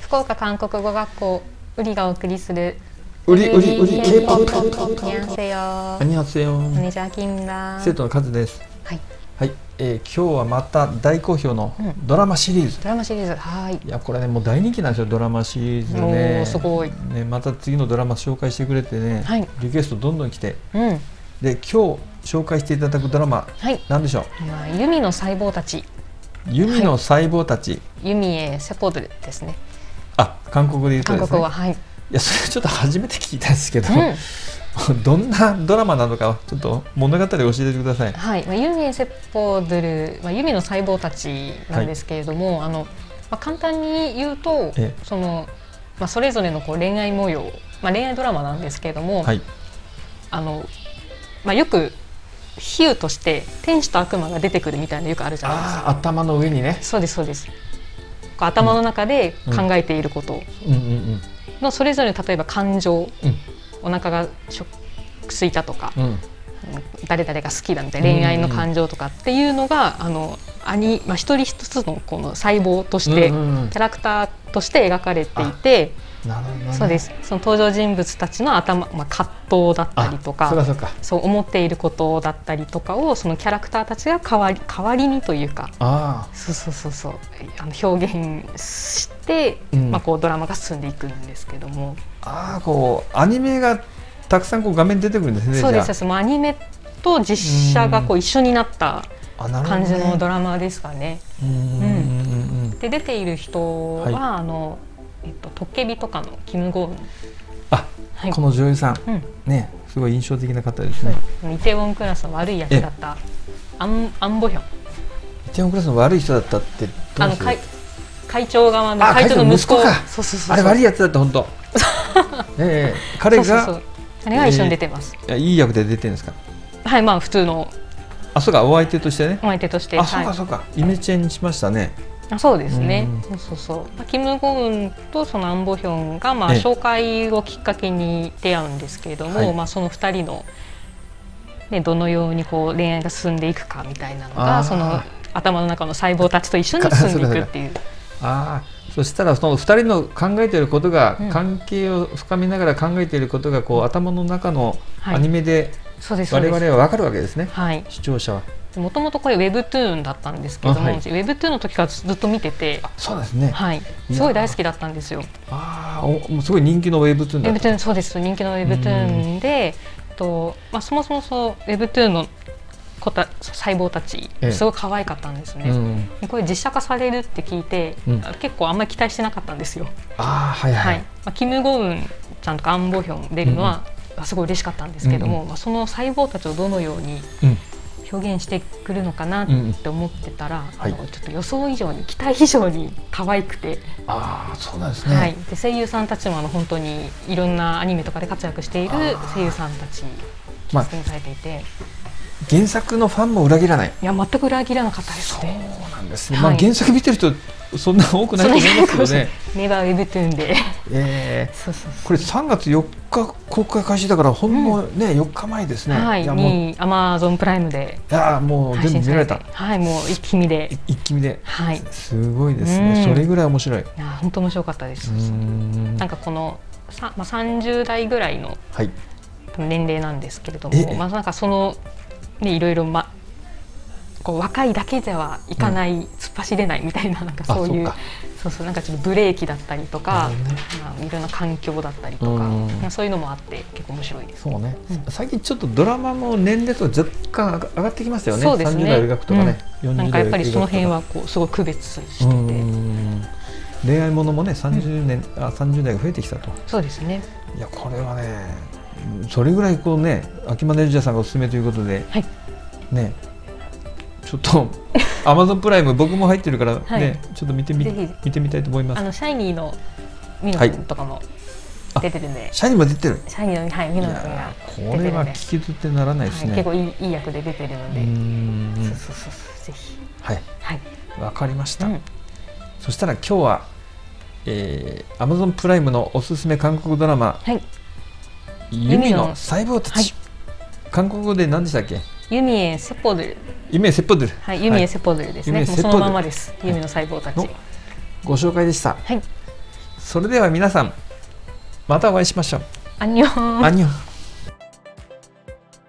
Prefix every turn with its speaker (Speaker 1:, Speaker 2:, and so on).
Speaker 1: 福岡韓国語学校ウリがお送りする
Speaker 2: 売り売り売り K-POP
Speaker 1: 안녕하세요
Speaker 2: こ
Speaker 1: マ
Speaker 2: んにちは
Speaker 1: ネージャーキムだ
Speaker 2: 生徒のカズです
Speaker 1: はい
Speaker 2: はい、えー、今日はまた大好評の
Speaker 1: うん
Speaker 2: ドラマシリーズ、
Speaker 1: ドラマシリーズはい
Speaker 2: いやこれねもう大人気なんですよドラマシリーズ
Speaker 1: お
Speaker 2: ね
Speaker 1: ーすごい
Speaker 2: ねまた次のドラマ紹介してくれてね、
Speaker 1: はい
Speaker 2: リクエストどんどん来て
Speaker 1: うん
Speaker 2: で今日紹介していただくドラマ
Speaker 1: はい
Speaker 2: なんでしょう
Speaker 1: 今ユミの細胞たち
Speaker 2: 弓の細胞たち、
Speaker 1: ユミへセポドルですね
Speaker 2: あ韓国で言うと
Speaker 1: 韓
Speaker 2: ですね
Speaker 1: 国語ははい、
Speaker 2: いやそれちょっと初めて聞いたんですけど、
Speaker 1: う
Speaker 2: どんなドラマなのかちょっと物語を教えてください
Speaker 1: ん、はい、まあ、ユミへセポドル、まあ、ユミの細胞たちなんですけれども、あの、まあ、簡単に言うと
Speaker 2: ええ
Speaker 1: そのまあそれぞれのこう恋愛模様、まあ、恋愛ドラマなんですけれども、
Speaker 2: はい
Speaker 1: あの、まあ、よく比喩として天使と悪魔が出てくるみたいなのよくあるじゃないですか
Speaker 2: あー頭の上にね
Speaker 1: そうですそうですこう頭の中で考えていること
Speaker 2: うんうん
Speaker 1: のそれぞれの例えば感情
Speaker 2: うん
Speaker 1: お腹がしょ空いたとか、
Speaker 2: うんうん
Speaker 1: 誰々が好きだみたいな恋愛の感情とかっていうのが、あのアニまあ、一人一つのこの細胞として、
Speaker 2: うんうんうん
Speaker 1: キャラクターとして描かれていて
Speaker 2: なるほどね、
Speaker 1: そうですその登場人物たちの頭、まあ、葛藤だったりと
Speaker 2: あそうか
Speaker 1: か
Speaker 2: そうか
Speaker 1: そう思っていることだったりとかをそのキャラクターたちが代わり代わりにというか
Speaker 2: あ
Speaker 1: そうそうそうそうあの表現して、
Speaker 2: うん
Speaker 1: まあ、こうドラマが進んでいくんですけども、
Speaker 2: ーあーこうアニメがたくさんこう画面に出てくるんですね
Speaker 1: そうですそう
Speaker 2: じ
Speaker 1: ですもうアニメと実写がこう一緒になった
Speaker 2: ゃああなるほど
Speaker 1: 感
Speaker 2: ね
Speaker 1: じのドラマですかね。
Speaker 2: うんうんうんうん
Speaker 1: で出ている人は、
Speaker 2: はい
Speaker 1: あのえっとトッケビとかのキムゴウン、
Speaker 2: あ
Speaker 1: はい、
Speaker 2: この女優さん
Speaker 1: うん、
Speaker 2: ねすごい印象的な方ですね、
Speaker 1: イテウォンクラスの悪い役だったアンアンボヒョン、
Speaker 2: イテウォンクラスの悪い人だったってど
Speaker 1: あ
Speaker 2: う
Speaker 1: の
Speaker 2: する
Speaker 1: 会会長側の
Speaker 2: あ
Speaker 1: 会長の息子、
Speaker 2: 会長の息子か
Speaker 1: そうそうそうそう、
Speaker 2: あれ悪い
Speaker 1: い
Speaker 2: やつだった 本当ええ彼が
Speaker 1: そうそうそうあれが一緒に出てます。
Speaker 2: いやいい役で出てるんですか
Speaker 1: はい、まあ普通の
Speaker 2: あそうかお相手としてね
Speaker 1: お相手として、
Speaker 2: あ
Speaker 1: は
Speaker 2: そ
Speaker 1: いう
Speaker 2: かそうかイメチェンしましたね
Speaker 1: あそうですね
Speaker 2: う
Speaker 1: そ
Speaker 2: ん。
Speaker 1: うそうそう。まあ、キム・ゴウンとそのアン・ボヒョンがまあ
Speaker 2: ええ
Speaker 1: 紹介をきっかけに出会うんですけれども、
Speaker 2: はい
Speaker 1: まあその二人のねどのようにこう恋愛が進んでいくかみたいなの
Speaker 2: あ
Speaker 1: が
Speaker 2: ー
Speaker 1: その頭の中の細胞たちと一緒に進んでいくっていう。
Speaker 2: ああそしたらその二人の考えていることが、
Speaker 1: うん
Speaker 2: 関係を深めながら考えていることがこう頭の中の
Speaker 1: はい
Speaker 2: アニメで
Speaker 1: そうですそう
Speaker 2: 我
Speaker 1: で
Speaker 2: 々
Speaker 1: す。
Speaker 2: はわかるわけですね、
Speaker 1: はい。
Speaker 2: 視聴者は
Speaker 1: もともとこれ Webtoon だったんですけれども、
Speaker 2: あはい
Speaker 1: Webtoon の時からずっと見てて、
Speaker 2: そうですね
Speaker 1: はい。すごい大好きだったんですよ。
Speaker 2: ああおもうすごい人気のウェブトゥーン
Speaker 1: ウェ
Speaker 2: だっ
Speaker 1: ブ
Speaker 2: た
Speaker 1: トゥーンそうです人気のウェブトゥーンで、とまあそもそもそうウェブトゥーンの子た細胞たち
Speaker 2: ええ
Speaker 1: すごい可愛かったんですね。
Speaker 2: うん、
Speaker 1: これ実写化されるって聞いて、
Speaker 2: うん
Speaker 1: あ結構あんまり期待してなかったんですよ。
Speaker 2: ああはいは、
Speaker 1: はいい。まあキムゴウンちゃんとかアンボヒョン出るのは、あすごい嬉しかったんですけども、まあその細胞たちをどのように
Speaker 2: うん
Speaker 1: 表現してくるのかなって思ってたら、
Speaker 2: はい
Speaker 1: あのちょっと予想以上に期待以上に可愛くて。
Speaker 2: ああそうなんですね、
Speaker 1: はい、で声優さんたちもあの本当にいろんなアニメとかで活躍している
Speaker 2: あー
Speaker 1: 声優さんたちキ
Speaker 2: ま
Speaker 1: ャ
Speaker 2: あ
Speaker 1: スティングされていて、
Speaker 2: 原作のファンも裏切らない
Speaker 1: いや全く裏切らなかったです
Speaker 2: そう
Speaker 1: ね。
Speaker 2: なんですね、
Speaker 1: はい
Speaker 2: まあ原作見てる人そんな多くないと思いますけどね、
Speaker 1: ネバーウェブトゥーンで
Speaker 2: ええ
Speaker 1: そうそうそ
Speaker 2: これ3月4日公開開始だからほんのね、4日前です
Speaker 1: う、
Speaker 2: ね、
Speaker 1: はい、
Speaker 2: やもう
Speaker 1: にアマゾンプライムで
Speaker 2: いやーもう
Speaker 1: 配
Speaker 2: 全部
Speaker 1: 信
Speaker 2: 見
Speaker 1: さ
Speaker 2: ら
Speaker 1: れ
Speaker 2: れ
Speaker 1: て
Speaker 2: た
Speaker 1: はいもう一気見で
Speaker 2: い一気見で、
Speaker 1: はいい
Speaker 2: すごいですね、
Speaker 1: うん
Speaker 2: それぐらい面白い
Speaker 1: や本当面白かったです、
Speaker 2: うん
Speaker 1: なんかこのさ、まあ、30代ぐらいの
Speaker 2: はい
Speaker 1: 年齢なんですけれど
Speaker 2: ええ
Speaker 1: も、まあ、なんかその、ね、いろいろ、ま、こう若いだけではいかない、突っ走れないみたいななんかそういう
Speaker 2: あそっか
Speaker 1: そうそうなんかちょっとブレーキだったりとか、
Speaker 2: なるほどね
Speaker 1: まあ、いろんな環境だったりとか、
Speaker 2: うん
Speaker 1: まあそういうのもあって結構面白いです。
Speaker 2: そうね、
Speaker 1: うん
Speaker 2: 最近ちょっとドラマも年齢と若干上が上がってきましたよね
Speaker 1: そうですね
Speaker 2: 30代留学とかね、
Speaker 1: うん
Speaker 2: 40代
Speaker 1: なんかやっぱりその辺
Speaker 2: 留学
Speaker 1: はこうすごい区別して
Speaker 2: とか
Speaker 1: て、
Speaker 2: うん恋愛ものもね30年、あ30代が増えてきたと
Speaker 1: そうですね。
Speaker 2: いやこれはねうんそれぐらいこうね秋マネージャーさんがおすすめということで、
Speaker 1: はい
Speaker 2: ねち ょっとアマゾンプライム僕も入ってるからね、
Speaker 1: はい
Speaker 2: ちょっと見てみ
Speaker 1: ぜひ
Speaker 2: 見てみたいと思いま
Speaker 1: あ
Speaker 2: す
Speaker 1: のシャイニーのミノ君とかも
Speaker 2: あ
Speaker 1: 出てるんで、
Speaker 2: シャイニーも出てる
Speaker 1: シャイニーのはいミ
Speaker 2: い
Speaker 1: ノ君が
Speaker 2: や
Speaker 1: 出
Speaker 2: こ
Speaker 1: て
Speaker 2: れ
Speaker 1: るん
Speaker 2: は
Speaker 1: で、
Speaker 2: 聞き捨てならないです
Speaker 1: はい、
Speaker 2: ね、
Speaker 1: 結構いいいい役で出てるの
Speaker 2: う
Speaker 1: で、
Speaker 2: ーん
Speaker 1: そうそうそうそうぜひ
Speaker 2: はい
Speaker 1: はい。
Speaker 2: わかりました、
Speaker 1: うん
Speaker 2: そしたら今日は、えー、Amazon プライムのおすすめ韓国ドラマ
Speaker 1: はい。
Speaker 2: 「弓
Speaker 1: 弓の
Speaker 2: の細胞たち」
Speaker 1: はい
Speaker 2: 韓国語で何でしたっけ
Speaker 1: ユミエセポドル。
Speaker 2: 夢セッポドル、
Speaker 1: はい。ユミエセポドルです
Speaker 2: ユミ
Speaker 1: ね。
Speaker 2: エ
Speaker 1: もう
Speaker 2: セポ
Speaker 1: そ
Speaker 2: ドル
Speaker 1: のままです。ユミの細胞たち。
Speaker 2: のご紹介でした
Speaker 1: はい。
Speaker 2: それでは皆さんまたお会いしましょう
Speaker 1: アンニョン
Speaker 2: アンニョン